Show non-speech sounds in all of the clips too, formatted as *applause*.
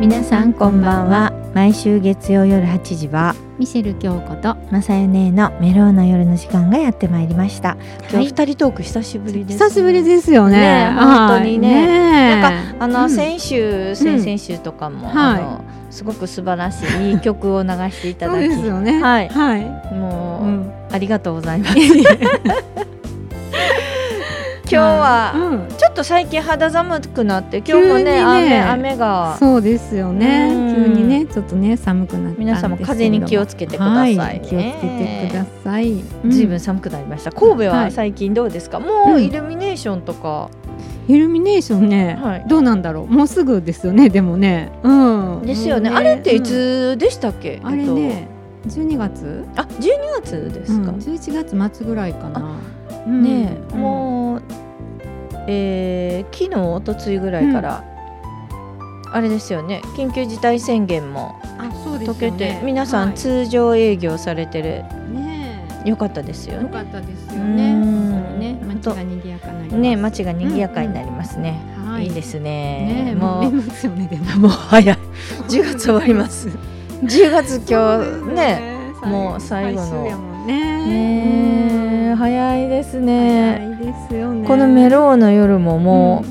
皆さんこんばんは毎週月曜夜8時はミシェル京子とまさゆ姉のメローな夜の時間がやってまいりました今日二人トーク久しぶりです、久しぶりですよね。ね本当にはねいなんかあの、うん先週先々週とかも、うんあのすごく素晴らしいいい曲を流していたそうだできすよね。はいはい。もう、うんありがとうござい *laughs* ます今日はうんちょっと最近肌寒くなって今日もね急にね雨雨がそうですよねうん。急にね、ちょっとね、寒くなったんですけれども。皆様風に気をつけてくださいね、はい気をつけてください。うんずいぶん寒くなりました。神戸ははい最近どうですか。もうイルミネーションとか、イルミネーションねはい、どうなんだろう。もうすぐですよね。でもね。うん。ですよね。もうあれっていつでしたっけ。うんあれね、12月？えっと。あ、十二月ですか。 11月末ぐらいかな。うんねえ、うんもう、えー、昨日一昨日ぐらいから、あれですよね。緊急事態宣言もあそうですよ解ねけて、皆さはんい通常営業されてる。ねえよかったですよ良ね。かったですようね。ん本当にね、本街当が賑やかになります。ね、街が賑やかになりますね。はいいいですねね。え、ももうう。ますよね。でももう *laughs* 早い。10月終わります。10月今そうですよ日ね。ねもう最後の最終やもんね。ねえ早いですね。早いですよね。このメローの夜もも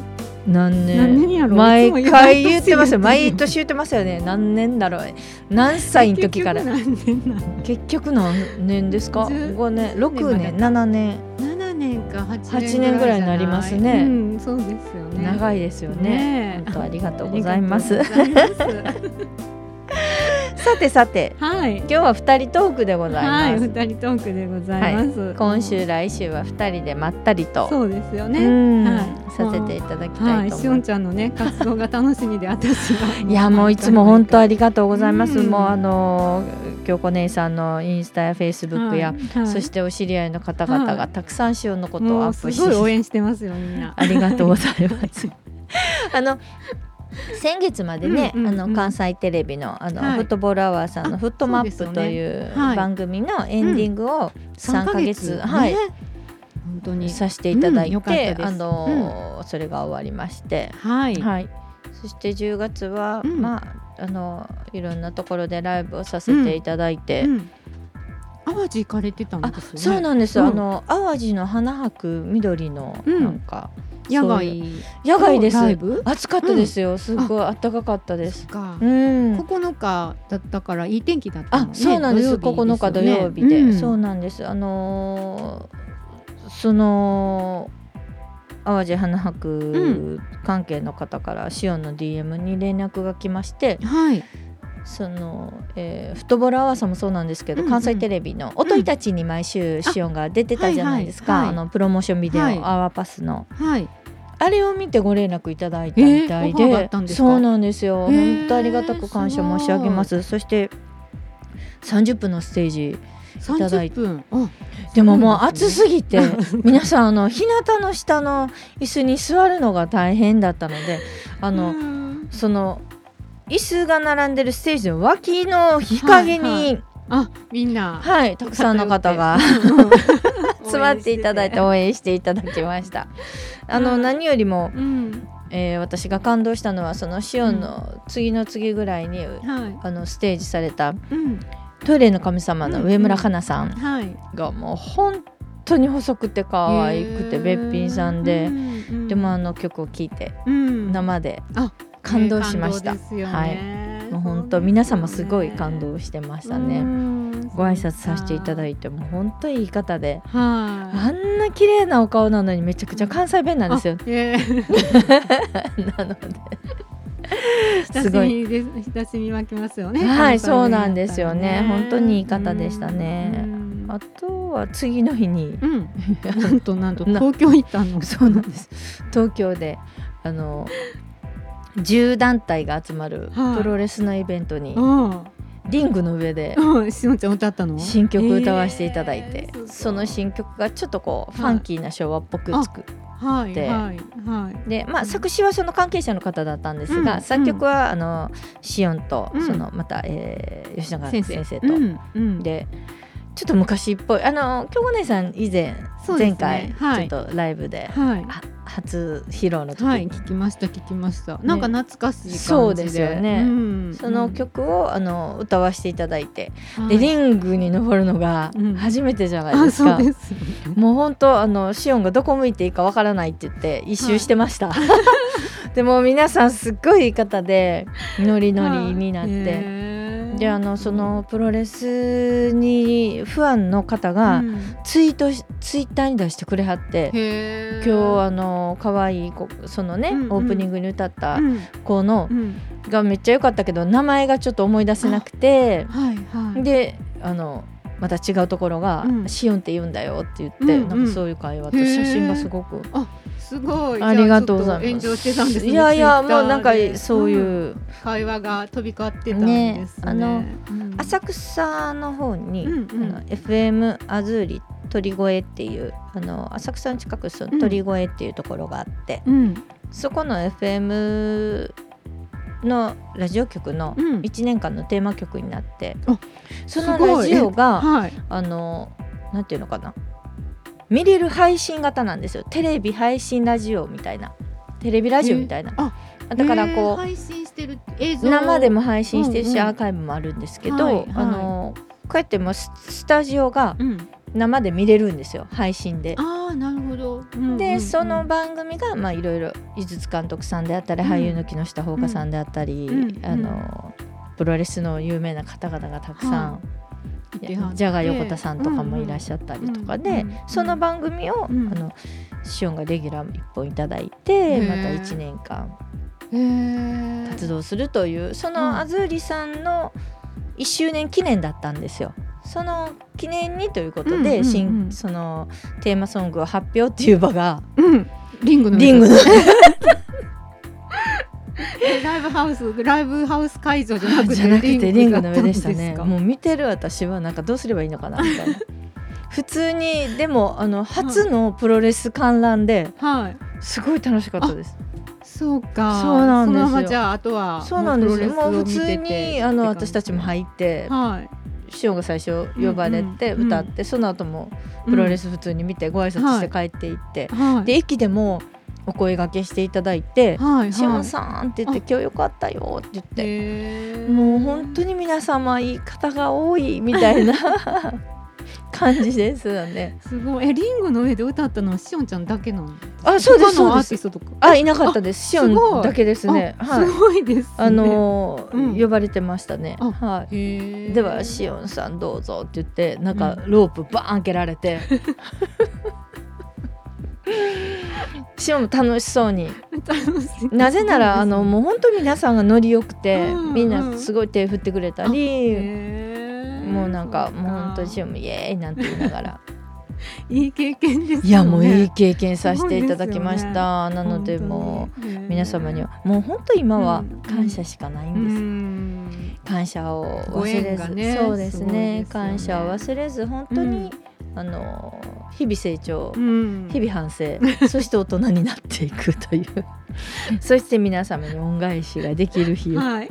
うんう何年、何年やろう毎いつも回言ってますよ毎毎年言ってますよね何年だろう何歳の時から結局何年なの？結局何年ですかず5年6年7年七年か八八年ぐらいになりますねうん、そうですよね。長いですよねね本当ありがとありがとううございますございますさてさてはい。今日は二人トークでございはまい、す、二人トークでございます。今週来週は二人でまったりとそうですようね。んはいさせていただきたはいい、と思しいおまんすちゃんのね、活動が楽しみで、私は。 *laughs* いやもういつも本当ありがとうございます。うんもうあの京子姉さんのインスタやフェイスブックや、はい、そしてお知り合いの方々はがたくさんしおんのことをもアうッすプしごい応て、援してますよ、みんな。ありがとうございます。 *laughs* あの先月までね、うんうんうんあの関西テレビのあの、はいフットボールアワーさんのあフットマッそうですプとよねいうはい番組のエンディングを3ヶ月、ねはい、本当に。させていただいうんよかったて、ですあの、それが終わりまして、はい。はい、そして10月は、うんまああのいろんなところでライブをさせていただいて、うん淡路行かれてたんあですよね。そうなんです、うんあの淡路の花博緑のうんなんか、野そう外いう野外ですライブ暑かったですよ、すごい暖かかったでそすっかうん9日だったからいい天気だったのあね。そうなんです9日土曜日で、そうなんなんですあのーその淡路花博関係の方からシオンの DM に連絡が来まして、はい。その、えー、フットボールアワーさんもそうなんですけど、うんうん関西テレビの「おといたち」に毎週シオンが出てたじゃないですあか、はいあはいはいのプロモーションビデオ「はいアワーパスの」はい。あれを見てご連絡いただいたみたいで,、えーオファーがあったんですかそうなんですよへー本当ありがたく感謝申し上げますそして30分のステージいただい30分。あでももそううなんです暑ねす *laughs* ぎて皆さんあの日向の下の椅子に座るのが大変だったのであの、うんその椅子が並んでるステージの脇の日陰に、はいはいあみんな *laughs* はい、たくさんの方が集まっていただいて応援していただきました。あのうん何よりも、うん、えー私が感動したのはそのシオンの次の次ぐらいに、はあのステージされたい、うん、トイレの神様の上村かなさんはい、がもう本当に細くて可愛くてべっぴんさんでう、んうんでもあの曲を聴いてうん生であ感動しました。ね感動ですよねはい。いもう本当皆様すごい感動してましたね。ご挨拶させていただて、いてもう本当にいい方では、あんな綺麗なお顔なのにめちゃくちゃ関西弁ないんですよ。あ。えーなので親すごい。しみです親しみ湧きますよね。はい関西弁そうなんですよねだったら本当にいい方でしたねうんあとは次の日にうん、なんとなんとな東京行ったの。そうなんです東京であの10団体が集まるはいプロレスのイベントにうん。リングの上でうん、しのちゃん歌ったの新曲歌わせていただいてえーすごいその新曲がちょっとこうフはいァンキーな昭和っぽくつくはいではいはいで、まあ、作詞はその関係者の方だったんですうが、ん作曲はあのシオンとうんそのまた、えー吉永先生と、うんうん、でちょっと昔っぽいあの京子姉さん以前、そうです前ね回、はいちょっとライブで、はいあ初披露の時、はい聞きました聞きました、なんか懐かしい感じでそうですよねんその曲をあの歌わせていただいて、うんではいリングに登るのがうん初めてじゃないであすそか、うですよねもう本当あのシオンがどこ向いていいかわからないって言って一周してました、 *laughs* でも皆さんすっごいいい方でノリノリになって、へーであのそのプロレスにファンの方うがんツイートしツイッターに出してくれはって、へー今日あの可愛い子そのね、うんうんオープニングに歌ったうん子のう、んがめっちゃ良かったけど名前がちょっと思い出せなくてはいはいであのまた違うところがう「んシオンって言うんだよ」って言って、うんうんなんかそういう会話と写真がすごくすごいありがとうございます。じゃあちょっと炎上してたんですねいやいや Twitter もうなんかでそういう、ん会話が飛び交ってたんですねねあのうん浅草の方に、うんうんあの FM アズーリ鳥越っていうあの浅草の近くそのうん鳥越っていうところがあって、うんそこの FM のラジオ局のうん1年間のテーマ曲になって、あそのすごラいジオがはいあのなんていうのかな見れる配信型なんですよテレビ配信ラジオみたいなテレビラジオみたいな、あだからえーこう、配信してる映像生でも配信してるし、うんうんアーカイブもあるんですけど、はいはいあのこうやってもうススタジオがうん生で見れるんですよ配信で。ああなるほど、うんうんうんでその番組がまあいろいろ井筒監督さんであったり、うん俳優の木下ほうかさんであったり、うんあのプロレスの有名な方々がたくさん、はジャガー横田さんとかもいらっしゃったりとかで、うんうんその番組を、うんあのシオンがレギュラー1本いただいてへーまた1年間へー活動するというそうんのあずりさんの1周年記念だったんですよ。その記念にということで、うんうんうん新そのテーマソングを発表っていう場がうんリングのリングの *laughs* えライブハウスライブハウス会 *laughs* 場じゃなくて *laughs* じゃなくてリングの上でしただったんでね。すかもう見てる私はなんかどうすればいいのかなみた *laughs* いな。普通にでもあの初のプロレス観覧ではいすごい楽しかったです。そうかそうなんですよそのままじゃああとはそうなんですよ。ももううプロ普レスを見て通てにあの私たちもっ入ってて、はい師匠が最初呼ばれてうんうん歌って、その後もうんプロレス普通に見てご挨拶して帰っていって、はいで駅でもお声掛けしていただいてはいはい「師匠さん」って言っあて「今日よかったよ」って言って。へーもう本当に皆様いい方が多いみた *laughs* いな感じですよね。すごいえリングの上で歌ったのはしおんちゃんだけなのあそうです他のそうアでーティす。ストとかあいなかったです。シあオすごンいだけですね。あはいす。ごいですねあのーうん呼ばれてましたね。あはい。へーでは「しおんさんどうぞ」って言ってなんかロープバーン開けら *laughs* れて、しおんも楽しそうに楽しいなぜならあのもう本当に皆さんがノリよくて、うんみんなすごい手振ってくれたり、へーもうなんかもう本当にしそおんも「イエーイ!」なんて言いながらっかいい経験ですよね *laughs* いやもういい経験させていただきました、ななのでもう皆様にはもう本当今は感謝しかないんです、うん感謝をご忘縁れがず、ねそうですすごいですねよね感謝を忘れず本当に、あの日々成長、うん日々反省そして大人になっていく *laughs* というそして皆様に恩返しができる日を *laughs* はい、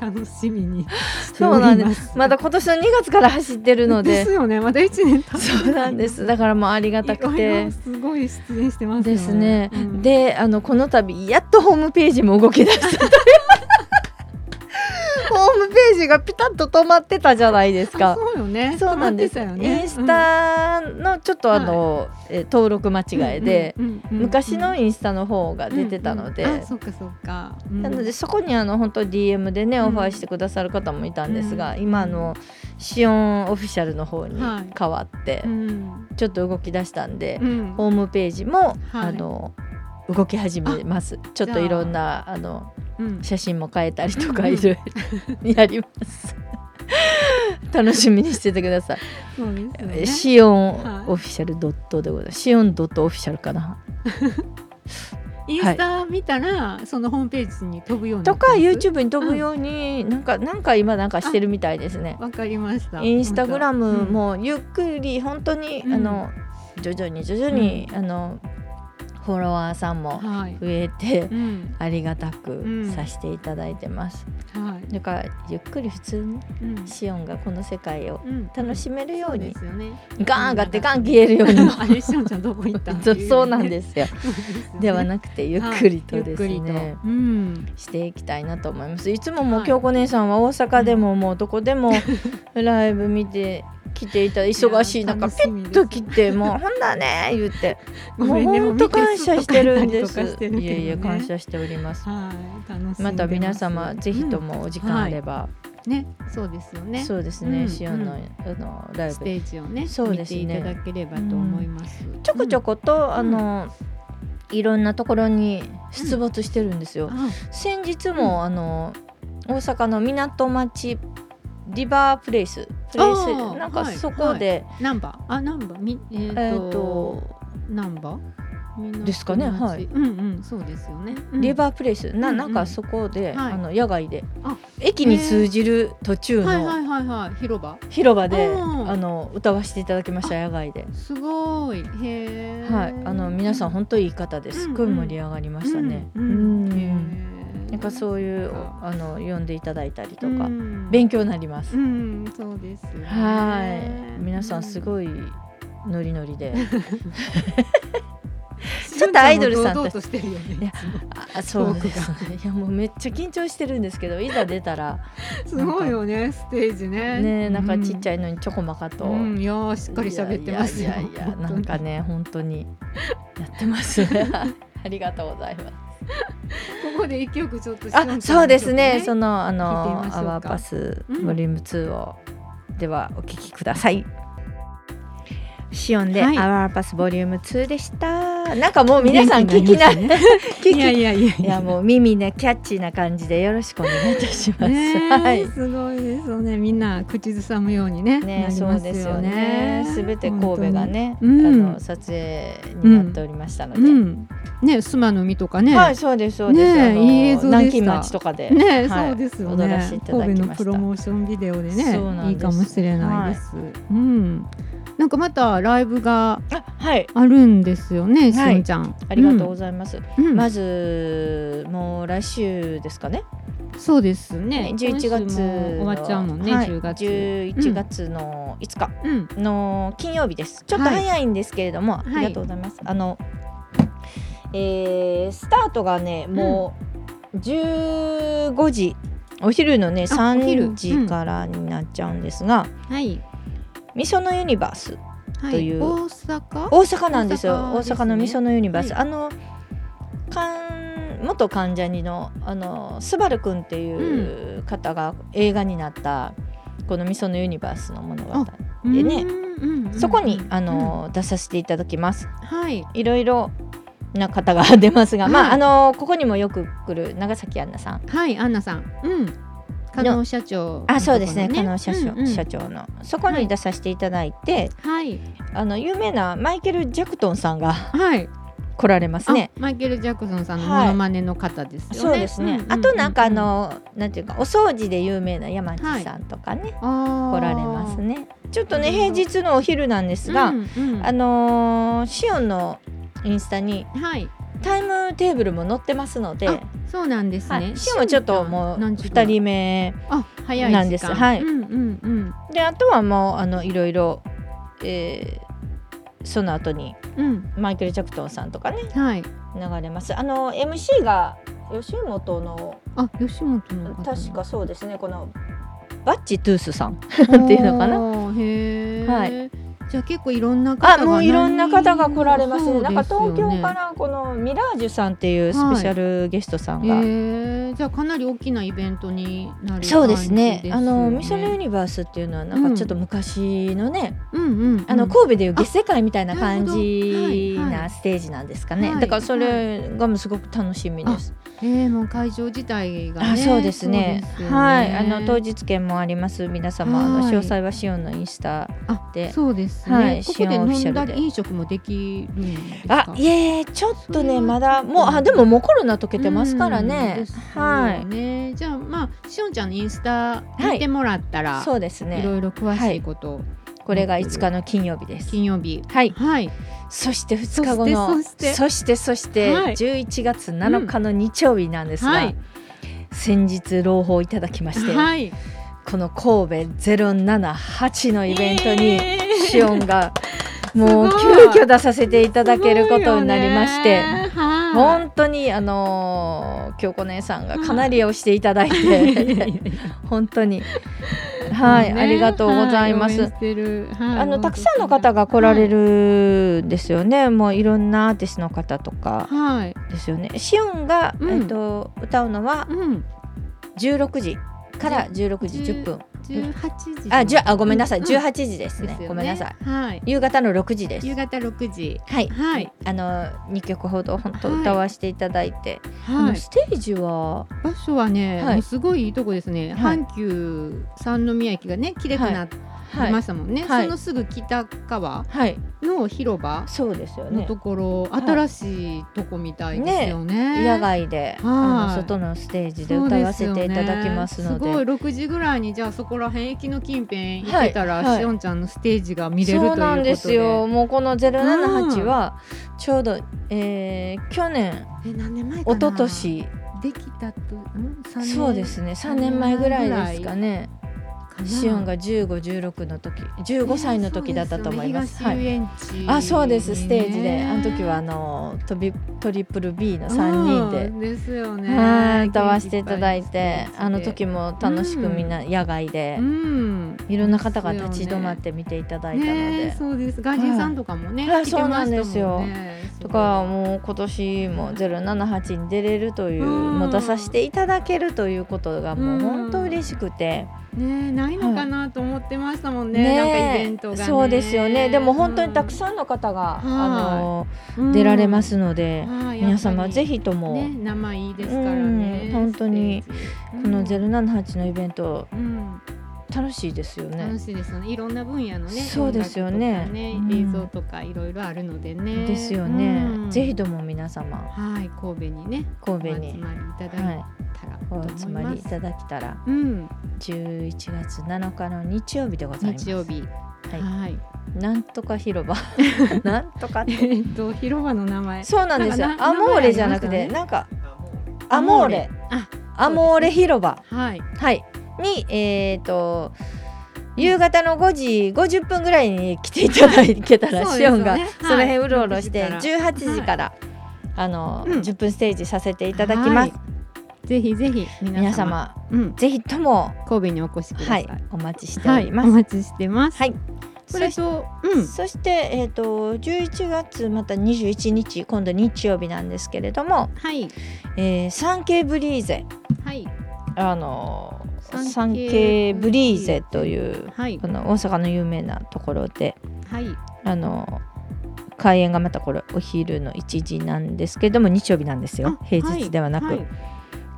楽しみにしてそおうなりんでますす。まだ今年の2月から走ってるのでですよね、まだ一年経ってそうなんですだからもうありがたいくろいてろすごい出演してますよですね、うんであのこの度やっとホームページも動き *laughs* 出したというホームページがピタッと止まってたじゃないですあかそうよね、そうなんです、止まってたよねインスタのちょっとあの、えー登録間違いで、うんうんうんうん昔のインスタの方が出てたので、うんうんあそうかそうか、うんなのでそこにあの本当 DM でねうんオファーしてくださる方もいたんですが、うん今あのシオンオフィシャルの方にはい変わって、うんちょっと動き出したんで、うんホームページも、はいあの動き始めますちょっといろんなあのうん写真も変えたりとうんかうんいろいろや *laughs* ります。楽しみにしててください。そうですよねシオンはいオフィシャルドットでございます。シオンドットオフィシャルかな。インスタ見たら、そのホームページに飛ぶようになとってかます YouTube に飛ぶように、なんかなんか今なんかしてるみたいですね。わかりましたインスタグラムうんもゆっくり本当に、うんあの徐々に徐々に、あのフォロワーさんもはい。増えてうん。ありがたうくんさせていただいてます、はい。だからゆっくり普通にうんシオンがこの世界をうん楽しめるよそううにですよね。ガーン上がってガン消えるように *laughs* あれしおんちゃんどこ行った *laughs* ってそいねそうなんですよそうですよね。ではなくてゆっくりとですね、はいゆっくりとうん。していきたいなと思いますいつももうはい京子姉さんは大阪でももうど *laughs* こでもライブ見て来ていた忙しい中いピや楽しみッですと来てもう「ほんだね」言ってごもうめんね。本当感謝してるんもうでミッすクスとかしたりとかしてるけどねいえいえ感。謝しておりますはい。楽しんでますまた皆様ぜひと。もお時間あれば、うんね。そうですよね。そうですね、うんシオンの,、あのライスブテージをね。そうですね見ていただければと思います。ちょこちょこ。こと、あのいろんなところに出没してるんですよ、あ先日も、あの大阪の港町リバープレイスプレイスあーなんかはいそこで、ナンバー。あ、ナンバー。み、ええーーと。ナンバー。ですかねはいうんうん、そうですよね。うんリバープレイスな,、うんなんかそこで、はいあの野外であ駅に通じる途中はいはのいはいはい、広場。広場で、うんあの歌わせていただきました野外で。すごい。へえ。はい、あの皆さん本当にいい方です。すっごい盛り上がりましたね。ううんん、うんへーなんかそういうそっあの呼んでいただいたりとか、うん勉強になります。うん、そうですよね。はい、皆さんすい。ごいノリノリ *laughs* で、ちょっとアイドルさん堂々としてるよね。いいやつもあそうですね。いやもうめっちゃ緊張してるんですけど、いざ出たら *laughs* すごいよね、ステージね。ねなんかちっちゃい。ゃいのにちょこまかと。うん、いやー、しっかり喋ってますよ。いやいやいやいやなんかね本当にやって *laughs* ます。ありがとうございます。 *laughs* ここで一曲ちょっとしおんちゃんのあ、曲。そうですね。そのあ聞いてみましょうのかアワーパスうんボリューム2を、ではお聞きください。シオンで、はいアワーパスボリューム2でした。なんかもう皆さん聞きな、元気になりま聞きい *laughs* やいやいやいいやもう耳ねキャッチーな感じでよろしくお願いいたします。ねえはい。すごいですよね。みんな口ずさむようにね。なね、りそまうすですよよねね。。すべて神戸がね、本当にうんあの撮影になっておりましたの本で。当に。うん。ね、須磨の海とかね。はい、そうですそうです。ねえあのいい映像でした南京町とかで。ね、はいそうですよ踊らねせてい。ただき神戸のましたプロモーションビデオでねそうなんですいいかもしれないです。うん。なんかまたライブがあ、はい、あるんですよね、しはいおんちゃん。ありがとうございざいます。ます。うんまずもう来週ですかね。そうですね。 11今月週も終わっちゃうもんね、はい10月。 11月の5日うん。の金曜日です。ちょっとはい早いんですけれども、いありがとうございます。あの、えースタートがねもう15時。お昼のねあお昼3時からになっちゃうんですが、はい。みそのユニバースはという大阪。大阪なんですよ大阪大ですね阪のみそのユニバース、はいあのかん元関ジャニのあのスバルくんっていう方が映画になったこのみそのユニバースの物語でねうんそこにあ、の、出させていただきますうんうんはい。いろいろな方が出ますが、まあはあいのここにもよく来る長崎アンナさんはい、アンナさん。うん。加納社長のところ、あそうですね加納社長,、うんうん社長のそこに出させていただいて、はい。あの有名なマイケル・ジャクトンさんがはい。来られますねあ。マイケル・ジャクソンさんのはいモノマネの方ですよね。そうですね。んあとなんかあ、のなんていうかお掃除で有名な山地さんとかね、来来られます。ね。ちょっとうねん平日のお昼なんですが、うんうんあのーシオンのインスタにはい。タイムテーブルも載ってますので、あそうなんですはね。い、シオンはちょっともう何時ぐら2い人目あ早いなんです時間はいうんうんうんであとはもうあのいろいろ、えーその後にうんマイケル・ジャクトンさんとかねはい。流れます。あの MC が吉本のあ吉本の方確かそうですねこのバッチトゥースさんっっていうのかなへえ。。はいじゃあ結構いろんな方あがもういろんな方が来られますそねうでよなねんか東京からこのミラージュさんっていうスペシャルゲストさんが、えー、じゃあかなり大きなイベントになる感じそうですねですよあのミソルユニバースっていうのはなんかちょっと昔のね、うんうん、あのこ神戸でいう月世界みたいな感じあなるほどはいはないステージなんですかね、はいだからそれがもうすごく楽しみです、うん、えー、もう会場自体がねあそうですねそうですよねはいあの当日券もあります皆様あのはい詳細はシオンのインスタあでそうですね、はいここで新オフィシ飲ャんだルでり飲食もできるんですかあいえちょっそとれねはまだちょっともうあでももうコロナ溶けてますからね、うんですよはいねじゃあまあしおんちゃんのインスタ見てもらったら、そうですいねろいろ詳しいことをこれが5日の金曜日です。金曜日はい、はいそして2日後そのしてそしてそしてはい11月7日の日曜日なんですが、はい先日朗報いただきまして、はいこの神戸078のイベントにえーシオンがも *laughs* うすごい急遽出させていただけることになりまして。すごいよねは本当にあのー京子姉さんがかなり押していただ *laughs* いて本当にはい、ねありがとうございます、はい応援してるはいあのたくさんの方が来られるんですよね、もういろんなアーティストの方とかはい、ですよねシオンが、うんえっと歌うのはうん、 16時から16時10分十八時あじゅあごめんなさいうん18時ですですねよねごめんなさいはい夕方の6時です夕方六時はい、はいあの2曲ほど本当はい歌わせていただいて、あはのいステージは場所はね、はいもうすごいいいとこですね、はい阪急三宮駅がね綺麗くなってはいましたもんね、はいそのすぐ北側はい、の広場そうですよのねと。ころ、い新しいとこみたいですよね野外で、あの外のステージで歌わせていただきますのそうすよねすごいで。六時ぐらいにじゃあそこら辺駅の近辺行はっいてたら、はいしおんちゃんのステージが見れるというそこうとで。なんですよ。もうこのゼロ七八うんはちょうど、えー去年、え何年前かな。一昨年、できたと、うん、三年そうですね、三年前ぐらいですかね。かな。シオンが十五十六の時、十五歳の時だったと思います。ねはそうい。でよね東遊園地あ、そうです。ステージで、ねあの時はあのトビトリプル B の三人でうんですよね。はい歌わせていただい元気っぱのてステージであの時も楽しくみんな野外でうん。いろんな方が立ち止まって見ていただいたので、ねえそうです。外人さんとかもね、はい来てましたもはいそうなんんね。とかもう今年も078に出れるという、うんもう出させていただけるということがもう本当嬉しくて、ねえないのかなと思ってましたもんね。なんかイベントが、ね。そうですよねでも本当にたくさんの方が、あの出られまのすので、皆様ぜひとも、ね生いいですからね。うん本当にステージこの078のイベントうん楽しいですよね楽。しいですよね。いろんな分野のね、そうですよね音楽とかうん映像とかいろいろあるのでね。ですよね、うんぜひとも皆様はい、神戸にね、神戸お集に、まりいただいはたらい、と思いおます。集まりいただけたらうん、 11月7日の日曜日でございます。日曜日。はいはい。なんとか *laughs* 広場なんとかってえっと広場の名前。そうなんですよなんかなアモーレじゃなくて名なんかアモーレあ、アモーレ広場はい。はいにえっ、と夕方の5時50分ぐらいに来ていただけたら、そうですシオよンねがはいその辺うろうろして6 18時から、あの、うん10分ステージさせていただきます、はぜひぜひ皆様皆様うん、ぜひとも神戸にお越しくださはいい。お待ちしておはい、りますお、待ちしてます。はいこれそしと、うん、そして、えー、と11月また21日今度日曜日なんですけれども、はい、えー、サンケイブリーゼはい、あのーササンンケケイイブブリーリーゼゼというはいこ、の大阪の有名なところではい、あのー開演がまたこれお昼の1時なんですけども日曜日なんですよあ平日ではなく。いい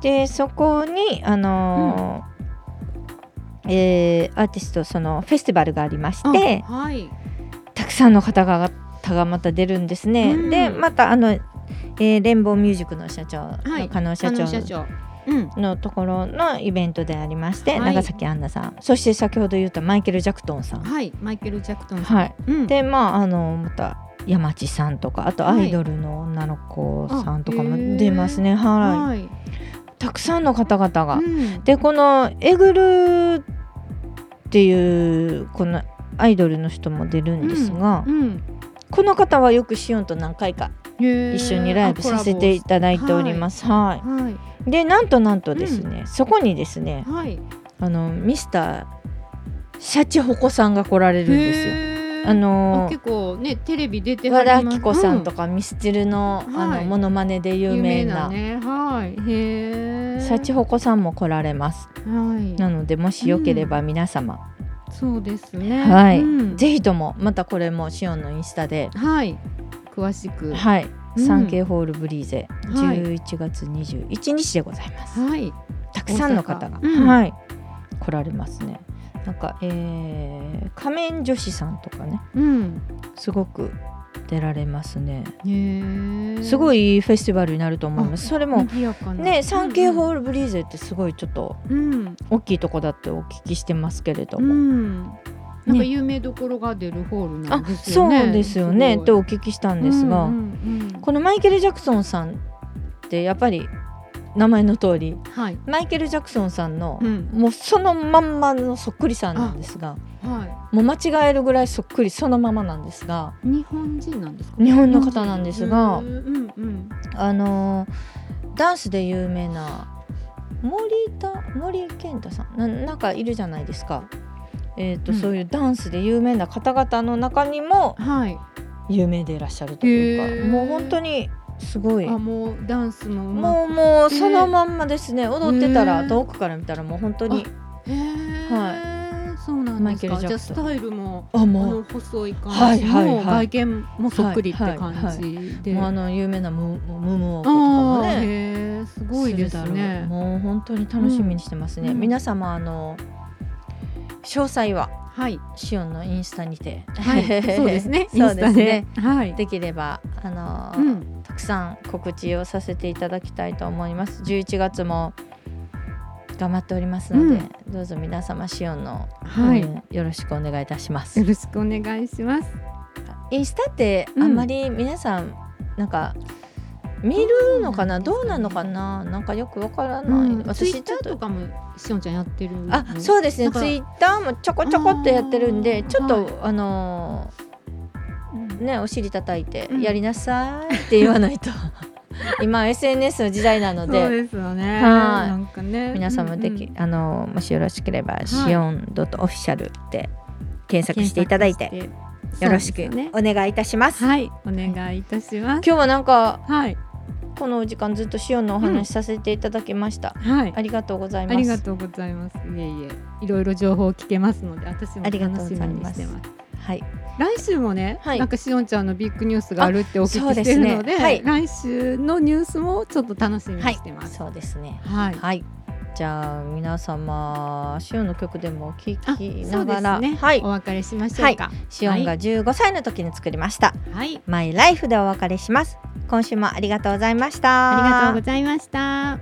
でそこにあのーえーアーティストそのフェスティバルがありましてあはい、たくさんの方がたがまた出るんですね。うんでまたあの、えー、レンボーミュージックの社長の加納社あ長の社長、うん、のところのイベントでありまして、はい長崎杏奈さんそして先ほど言ったマイケル・ジャクトンさん、はい、マイケルジャクトンさん、はい、うん、でまああのまた山地さんとかあとアイドルの女の子さんとかも出ますね、はいはい、たくさんの方々が。うん、でこの「えぐる」っていうこのアイドルの人も出るんですが、うん、この方はよくシオンと何回か一一緒にライブさせていただいております。はいはい、でなんとなんとですね、そこにですね、はい、あのミスターシャチホコさんが来られるんですよ。へーあの結構ねテレビ出ては和りま田す明子さんとかかミスチルの、はいあのモノマネで有名なね、はい、へえ。シャチホコさんも来られます。なはのでもしよければ皆様、い、そうですね。はいうんぜひともまたこれもシオンのインスタで、はい、詳しく、ははい、うんサンケイホールブリーゼ、はい11月21日でございます。い、たくさんの方が、大阪うんはい来られますね。なんか、えー、仮面女子さんとかねうん、すごく出られますね。へえ。すごいいいフェスティバルになると思います。それも賑やかなね、サンケイホーールブリーゼってすごいちょっとル、うん、大きいとこだってお聞きしてますけれどうも、ん、なんか有名どころが出るホールなあんですそよね。うですよねごいとお聞きしたんですが、うんうんうんこのマイケル・ジャクソンさんってやっぱり名前の通りはい、マイケル・ジャクソンさんの、うんもうそのまんまのそっくりさんなんですがはもう間違えるぐらいそっくりそのままなんですがい、日本人なんですか。日本の方なんですがうんうんうん、あのーダンスで有名な森田森健太さんななんかいるじゃないですか。えーとうんそういうダンスで有名な方々の中にもはい、有名でいらっしゃるというへかーもう本当にすごいあもうダンスもうまもうもうそのまんまですね、踊ってたらね遠くから見たらもう本当にへえ、はい、そうなんでマイすケルか。ジじゃャクあソスンタイルも。ああものう細い感じ、はいはいはいもう外見もそっくりって感じで、もうあの有名なム「ムムムオク」とかもああ、ねへえ、すごいでするだろうね。もう本当に楽しみにしてますね、うん皆様あの詳細ははい、シオンのインスタにて、。はい、そうですね *laughs* そうですインねスタではい。できればあのー、うん、たくさん告知をさせていただきたいと思います11月も頑張っておりますので、どうぞ皆様シオンの、はい、うんよろしくお願いいたしますよろしくお願いします。インスタってうんあんまり皆さんなんか見るのかなどどううななんのですかかねななんかよくわからうない、ん、私ツイ私ッちタょっーととかもしおんちゃんやってるの。あそうですねだからツイッターもちょこちょこっとやってるんあでーちょっはと、いあのうん。ーねお尻叩いてうんやりなさいって言わな *laughs* いと今 SNS の時代なのそうでですよね。はいなんかね、皆さんもでき、うんうんあのーもしよろしければ、いシオンドットオフィシャルで検索していただいて検索してよろしそくうですねお願いいたします。はい、お願いいたします。今日はなんかはい、このお時間ずっとシオンのお話しさせていただきました。はい。ありがとうございまあす。りがとうございます。いえいえ、いろいろ情報を聞けますので、私もあ楽しりがみとうございにましてすます。はい。来週もね、はいなんかしおんちゃんのビッグニュースがあるってお聞あそうきでしすてねるので、はい来週のニュースもちょっと楽しみにはいしてま。す。そうですね。はい。はい。じゃあ皆様シオンの曲でもお聴あ、きそなうでがすら、ね。はいお。別れしましょうか。シオンが15歳の時に作りました。はい。マイライフでお別れします。今週もありがとうございました。ありがとうございました。